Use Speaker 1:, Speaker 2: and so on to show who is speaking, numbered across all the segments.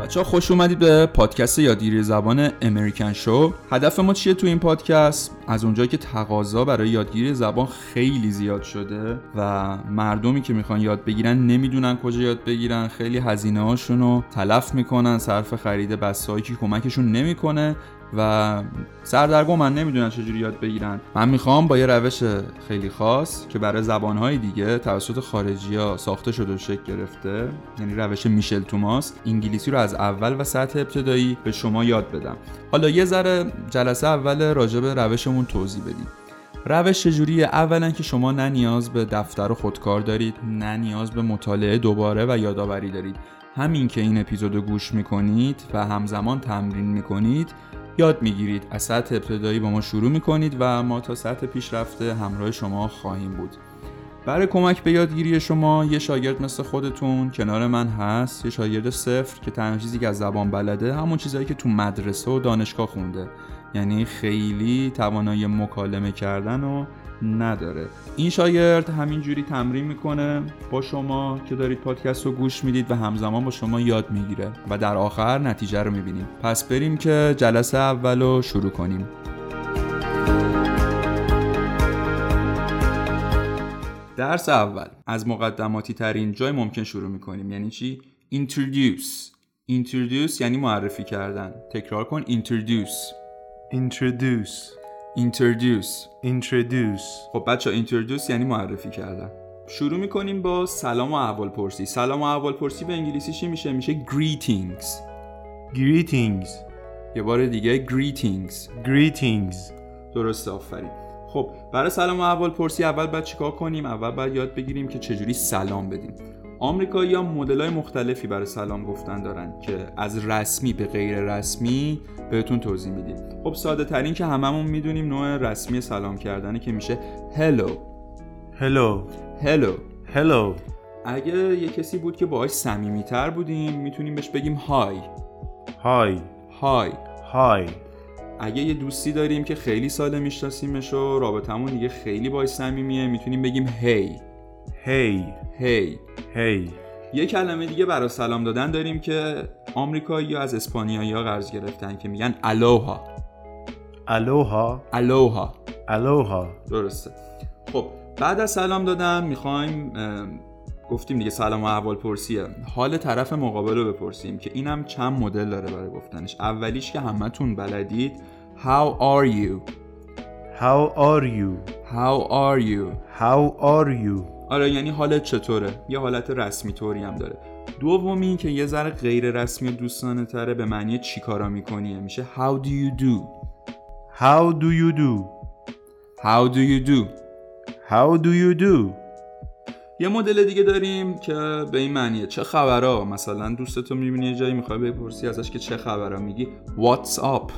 Speaker 1: بچه خوش اومدید به پادکست یادگیری زبان امریکن شو هدف ما چیه تو این پادکست از اونجایی که تقاضا برای یادگیری زبان خیلی زیاد شده و مردمی که میخوان یاد بگیرن نمیدونن کجا یاد بگیرن خیلی هزینه هاشون رو تلف میکنن صرف خرید بسایی که کمکشون نمیکنه و سردرگمن نمیدونن چجوری یاد بگیرن من میخوام با یه روش خیلی خاص که برای زبانهای دیگه توسط خارجی ها ساخته شده و شکل گرفته یعنی روش میشل توماس انگلیسی رو از اول و سطح ابتدایی به شما یاد بدم حالا یه ذره جلسه اول راجع به روشمون توضیح بدیم روش چجوریه اولا که شما نه نیاز به دفتر و خودکار دارید نه نیاز به مطالعه دوباره و یادآوری دارید همین که این اپیزودو گوش میکنید و همزمان تمرین میکنید یاد میگیرید از سطح ابتدایی با ما شروع میکنید و ما تا سطح پیشرفته همراه شما خواهیم بود برای کمک به یادگیری شما یه شاگرد مثل خودتون کنار من هست یه شاگرد صفر که تنها چیزی که از زبان بلده همون چیزهایی که تو مدرسه و دانشگاه خونده یعنی خیلی توانایی مکالمه کردن و نداره این شاگرد همینجوری تمرین میکنه با شما که دارید پادکست رو گوش میدید و همزمان با شما یاد میگیره و در آخر نتیجه رو میبینیم پس بریم که جلسه اول رو شروع کنیم درس اول از مقدماتی ترین جای ممکن شروع میکنیم یعنی چی؟ introduce introduce یعنی معرفی کردن تکرار کن introduce
Speaker 2: Introduce.
Speaker 1: introduce
Speaker 2: Introduce.
Speaker 1: خب بچه اینترودوس یعنی معرفی کردن شروع میکنیم با سلام و احوال پرسی سلام و احوال پرسی به انگلیسی چی میشه میشه greetings
Speaker 2: Greetings.
Speaker 1: یه بار دیگه greetings
Speaker 2: Greetings.
Speaker 1: درست آفرین خب برای سلام و احوال پرسی اول باید چیکار کنیم اول باید یاد بگیریم که چجوری سلام بدیم آمریکایی ها مدل های مختلفی برای سلام گفتن دارن که از رسمی به غیر رسمی بهتون توضیح میدیم خب ساده ترین که هممون میدونیم نوع رسمی سلام کردنه که میشه hello
Speaker 2: Hello.
Speaker 1: hello
Speaker 2: Hello.
Speaker 1: اگه یه کسی بود که باهاش صمیمیت‌تر بودیم میتونیم بهش بگیم های
Speaker 2: Hi.
Speaker 1: های
Speaker 2: Hi.
Speaker 1: اگه یه دوستی داریم که خیلی ساله میشناسیمش و رابطمون دیگه خیلی باهاش صمیمیه میتونیم بگیم هی
Speaker 2: Hey.
Speaker 1: هی
Speaker 2: Hey.
Speaker 1: یه کلمه دیگه برای سلام دادن داریم که آمریکایی از اسپانیایی ها قرض گرفتن که میگن الوها
Speaker 2: Aloha.
Speaker 1: الوها
Speaker 2: Aloha.
Speaker 1: درسته خب بعد از سلام دادن میخوایم گفتیم دیگه سلام و احوال پرسیه حال طرف مقابل رو بپرسیم که اینم چند مدل داره برای گفتنش اولیش که همتون بلدید How are you?
Speaker 2: How are you?
Speaker 1: How are you?
Speaker 2: How are you?
Speaker 1: آره یعنی حالت چطوره؟ یه حالت رسمی طوری هم داره دومی این که یه ذره غیر رسمی و دوستانه تره به معنی چیکارا میکنیه میشه How do you do?
Speaker 2: How do you do?
Speaker 1: How do you do?
Speaker 2: How do you do?
Speaker 1: یه مدل دیگه داریم که به این معنیه چه خبرها مثلا دوستتو میبینی یه جایی میخوای بپرسی ازش که چه خبرها میگی What's up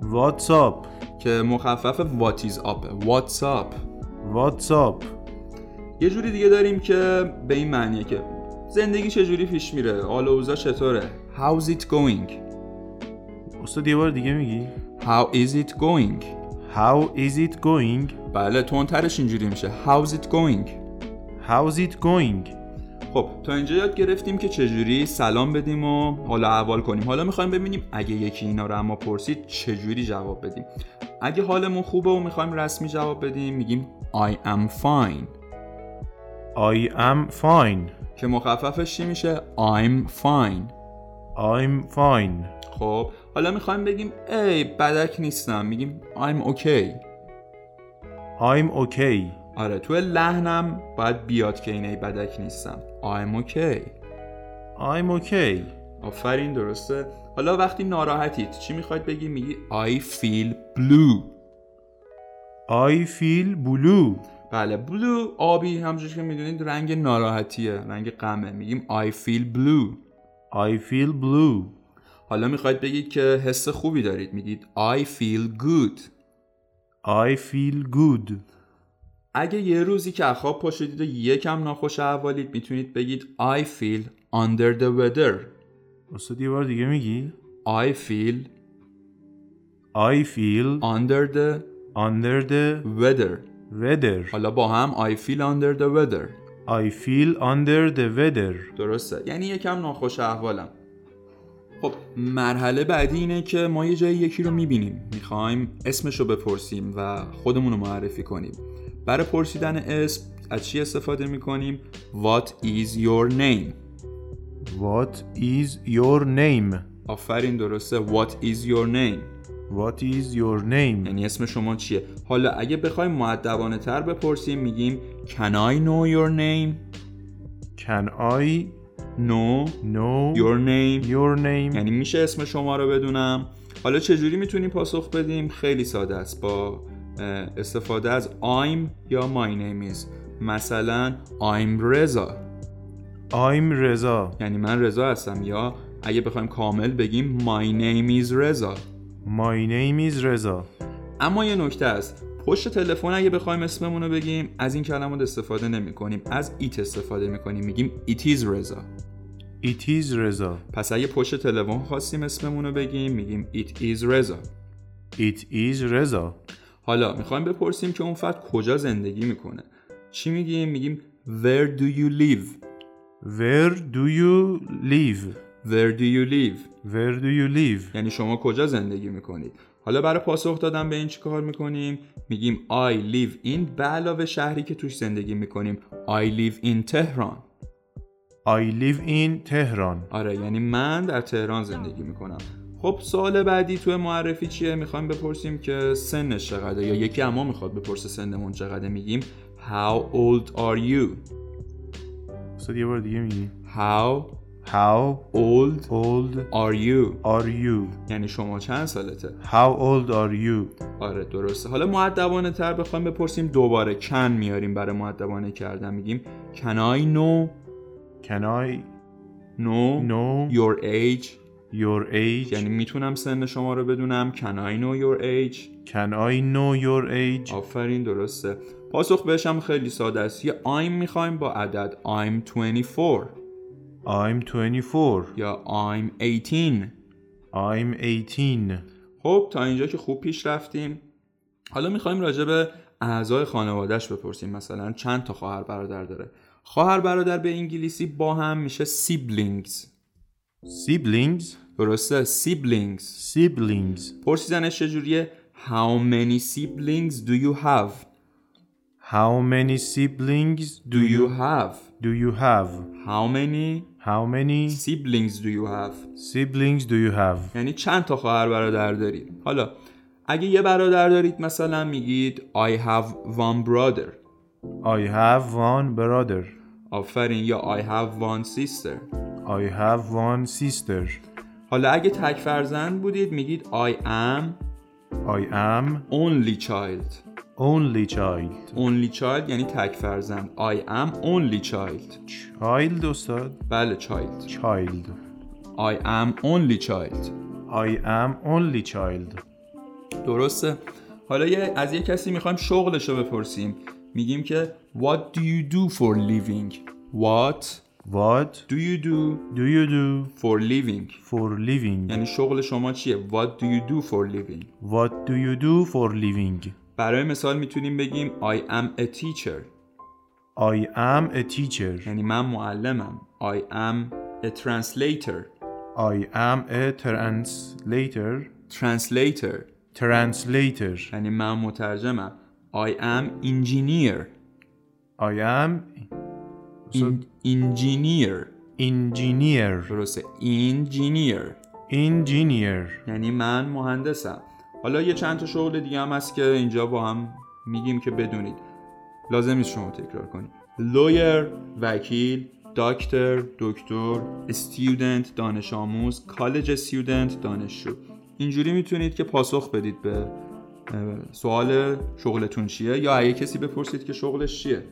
Speaker 2: What's up?
Speaker 1: که مخفف What is up What's up
Speaker 2: What's up?
Speaker 1: یه جوری دیگه داریم که به این معنیه که زندگی چجوری پیش میره حال و اوضاع چطوره How's it going
Speaker 2: استاد یه بار دیگه میگی
Speaker 1: How is it going
Speaker 2: How is it going?
Speaker 1: بله تندترش اینجوری میشه How's it going
Speaker 2: How's it going?
Speaker 1: خب تا اینجا یاد گرفتیم که چجوری سلام بدیم و حالا احوال کنیم حالا میخوایم ببینیم اگه یکی اینا رو اما پرسید چجوری جواب بدیم اگه حالمون خوبه و میخوایم رسمی جواب بدیم میگیم I am fine
Speaker 2: I am fine.
Speaker 1: که مخففش چی میشه I'm fine
Speaker 2: I'm fine.
Speaker 1: خب حالا میخوایم بگیم ای بدک نیستم میگیم I'm okay
Speaker 2: I'm okay.
Speaker 1: آره تو لحنم باید بیاد که این ای بدک نیستم I'm okay
Speaker 2: I'm okay.
Speaker 1: آفرین درسته حالا وقتی ناراحتید چی میخواید بگی میگی I feel blue
Speaker 2: I feel blue.
Speaker 1: بله blue آبی همجور که میدونید رنگ ناراحتیه رنگ غمه میگیم I feel blue
Speaker 2: I feel blue.
Speaker 1: حالا میخواید بگید که حس خوبی دارید میگید I feel good
Speaker 2: I feel good.
Speaker 1: اگه یه روزی که از خواب پاشدید و یکم ناخوش احوالید میتونید بگید I feel under the weather
Speaker 2: استاد یه بار دیگه میگی
Speaker 1: I feel
Speaker 2: I feel
Speaker 1: under the
Speaker 2: under the
Speaker 1: weather
Speaker 2: weather.
Speaker 1: حالا با هم I feel under the weather
Speaker 2: I feel under the weather.
Speaker 1: درسته یعنی یکم ناخوش احوالم خب مرحله بعدی اینه که ما یه جای یکی رو میبینیم میخوایم اسمش رو بپرسیم و خودمون رو معرفی کنیم برای پرسیدن اسم از چی استفاده میکنیم What is your name
Speaker 2: What is your name
Speaker 1: آفرین درسته What is your name
Speaker 2: What is your name
Speaker 1: یعنی اسم شما چیه حالا اگه بخوایم معدبانه تر بپرسیم میگیم Can I know your name
Speaker 2: Can I
Speaker 1: No
Speaker 2: know
Speaker 1: Your name
Speaker 2: your name
Speaker 1: یعنی میشه اسم شما رو بدونم حالا چجوری میتونیم پاسخ بدیم خیلی ساده است با اه، استفاده از I'm یا my name is مثلا I'm رضا
Speaker 2: I'm رضا
Speaker 1: یعنی من رضا هستم یا اگه بخوایم کامل بگیم my name is رضا
Speaker 2: My name is رضا
Speaker 1: اما یه نکته است پشت تلفن اگه بخوایم اسممون رو بگیم از این کلمات استفاده نمی کنیم از ایت استفاده می کنیم میگیم it is رضا
Speaker 2: It is رضا
Speaker 1: پس اگه پشت تلفن خواستیم اسممون رو بگیم میگیم it is رضا
Speaker 2: It is رضا
Speaker 1: حالا میخوایم بپرسیم که اون فرد کجا زندگی میکنه چی میگیم میگیم where do you live
Speaker 2: Where do you live
Speaker 1: where do you live
Speaker 2: Where do you live
Speaker 1: یعنی شما کجا زندگی میکنید حالا برای پاسخ دادن به این چی کار میکنیم میگیم I live in به علاوه شهری که توش زندگی میکنیم I live in تهران
Speaker 2: I live in تهران
Speaker 1: آره یعنی من در تهران زندگی میکنم خب سوال بعدی توی معرفی چیه میخوایم بپرسیم که سنش چقدره یا یکی اما میخواد بپرسه سنمون چقدره میگیم How old are you?
Speaker 2: استاد یه بار دیگه میگی
Speaker 1: How
Speaker 2: How
Speaker 1: old
Speaker 2: old
Speaker 1: are you
Speaker 2: are you
Speaker 1: یعنی شما چند سالته
Speaker 2: How old are you
Speaker 1: آره درسته حالا معدبانه تر بخوایم بپرسیم دوباره کن میاریم برای معدبانه کردن میگیم can I know
Speaker 2: Can I
Speaker 1: know,
Speaker 2: know
Speaker 1: your age
Speaker 2: your age
Speaker 1: یعنی میتونم سن شما رو بدونم can I know your age
Speaker 2: Can I know your age
Speaker 1: آفرین درسته پاسخ بهش هم خیلی ساده است یه I'm میخوایم با عدد I'm 24
Speaker 2: I'm 24
Speaker 1: یا I'm 18
Speaker 2: I'm 18
Speaker 1: خب تا اینجا که خوب پیش رفتیم حالا میخوایم راجع به اعضای خانوادهش بپرسیم مثلا چند تا خواهر برادر داره خواهر برادر به انگلیسی با هم میشه siblings
Speaker 2: Siblings
Speaker 1: درسته siblings
Speaker 2: Siblings
Speaker 1: پرسیدنش چجوریه How many siblings do you have?
Speaker 2: How many siblings
Speaker 1: Do you have?
Speaker 2: do you have
Speaker 1: How many
Speaker 2: How many
Speaker 1: siblings do you have?
Speaker 2: siblings do you have
Speaker 1: یعنی چند تا خواهر برادر دارید حالا اگه یه برادر دارید مثلا میگید I have one brother
Speaker 2: I have one brother
Speaker 1: آفرین یا I have one sister
Speaker 2: I have one sister
Speaker 1: حالا اگه تک فرزند بودید میگید I am
Speaker 2: I am
Speaker 1: only child
Speaker 2: only child
Speaker 1: only child یعنی تک فرزند I am only child
Speaker 2: Child استاد
Speaker 1: بله child
Speaker 2: Child
Speaker 1: I am only child
Speaker 2: I am only child
Speaker 1: درسته حالا یه از یه کسی میخوایم شغلش رو بپرسیم میگیم که What do you do for living? What
Speaker 2: What
Speaker 1: do you do
Speaker 2: do you do
Speaker 1: for living?
Speaker 2: for living
Speaker 1: یعنی شغل شما چیه؟ What do you do for living?
Speaker 2: What do you do for living
Speaker 1: برای مثال میتونیم بگیم I am a teacher
Speaker 2: I am a teacher
Speaker 1: یعنی من معلمم I am a translator
Speaker 2: I am a translator
Speaker 1: translator
Speaker 2: translator
Speaker 1: یعنی من مترجمم I am engineer
Speaker 2: I am
Speaker 1: In- engineer
Speaker 2: engineer
Speaker 1: درسته engineer
Speaker 2: engineer
Speaker 1: یعنی من مهندسم حالا یه چند تا شغل دیگه هم هست که اینجا با هم میگیم که بدونید لازم نیست شما تکرار کنید lawyer وکیل دکتر دکتر student دانش آموز کالج استودنت دانشجو اینجوری میتونید که پاسخ بدید به اه، سوال شغلتون چیه یا اگه کسی بپرسید که شغلش چیه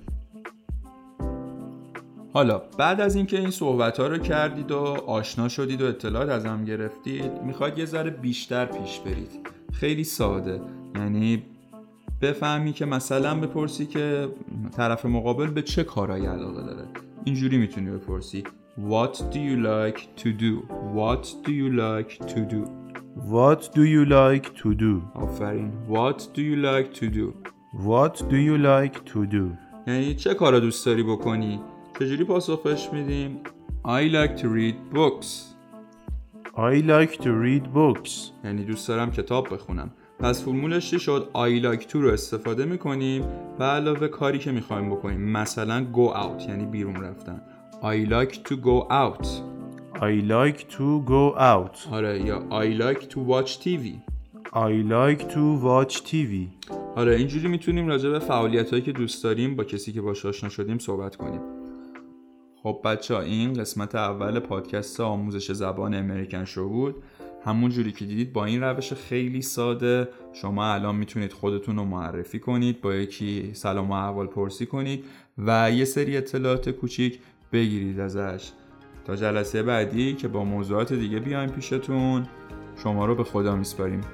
Speaker 1: حالا بعد از اینکه این صحبت ها رو کردید و آشنا شدید و اطلاعات از هم گرفتید میخواد یه ذره بیشتر پیش برید خیلی ساده یعنی بفهمی که مثلا بپرسی که طرف مقابل به چه کارهایی علاقه داره اینجوری میتونی بپرسی What do you like to do? What do you like to do?
Speaker 2: What do you like to do
Speaker 1: آفرین What do you like to do?
Speaker 2: What do you like to do
Speaker 1: یعنی چه کارا دوست داری بکنی؟ چجوری پاسخ بهش میدیم؟ I like to read books
Speaker 2: I like to read books.
Speaker 1: یعنی دوست دارم کتاب بخونم پس فرمولش چی شد I like to رو استفاده میکنیم و علاوه کاری که میخوایم بکنیم مثلا go out یعنی بیرون رفتن I like to go out
Speaker 2: I like to go out.
Speaker 1: آره یا I like to watch TV
Speaker 2: I like to watch TV.
Speaker 1: آره اینجوری میتونیم راجع به فعالیت هایی که دوست داریم با کسی که باش آشنا شدیم صحبت کنیم خب بچه این قسمت اول پادکست آموزش زبان امریکن شو بود همون جوری که دیدید با این روش خیلی ساده شما الان میتونید خودتون رو معرفی کنید با یکی سلام و احوال پرسی کنید و یه سری اطلاعات کوچیک بگیرید ازش تا جلسه بعدی که با موضوعات دیگه بیایم پیشتون شما رو به خدا میسپاریم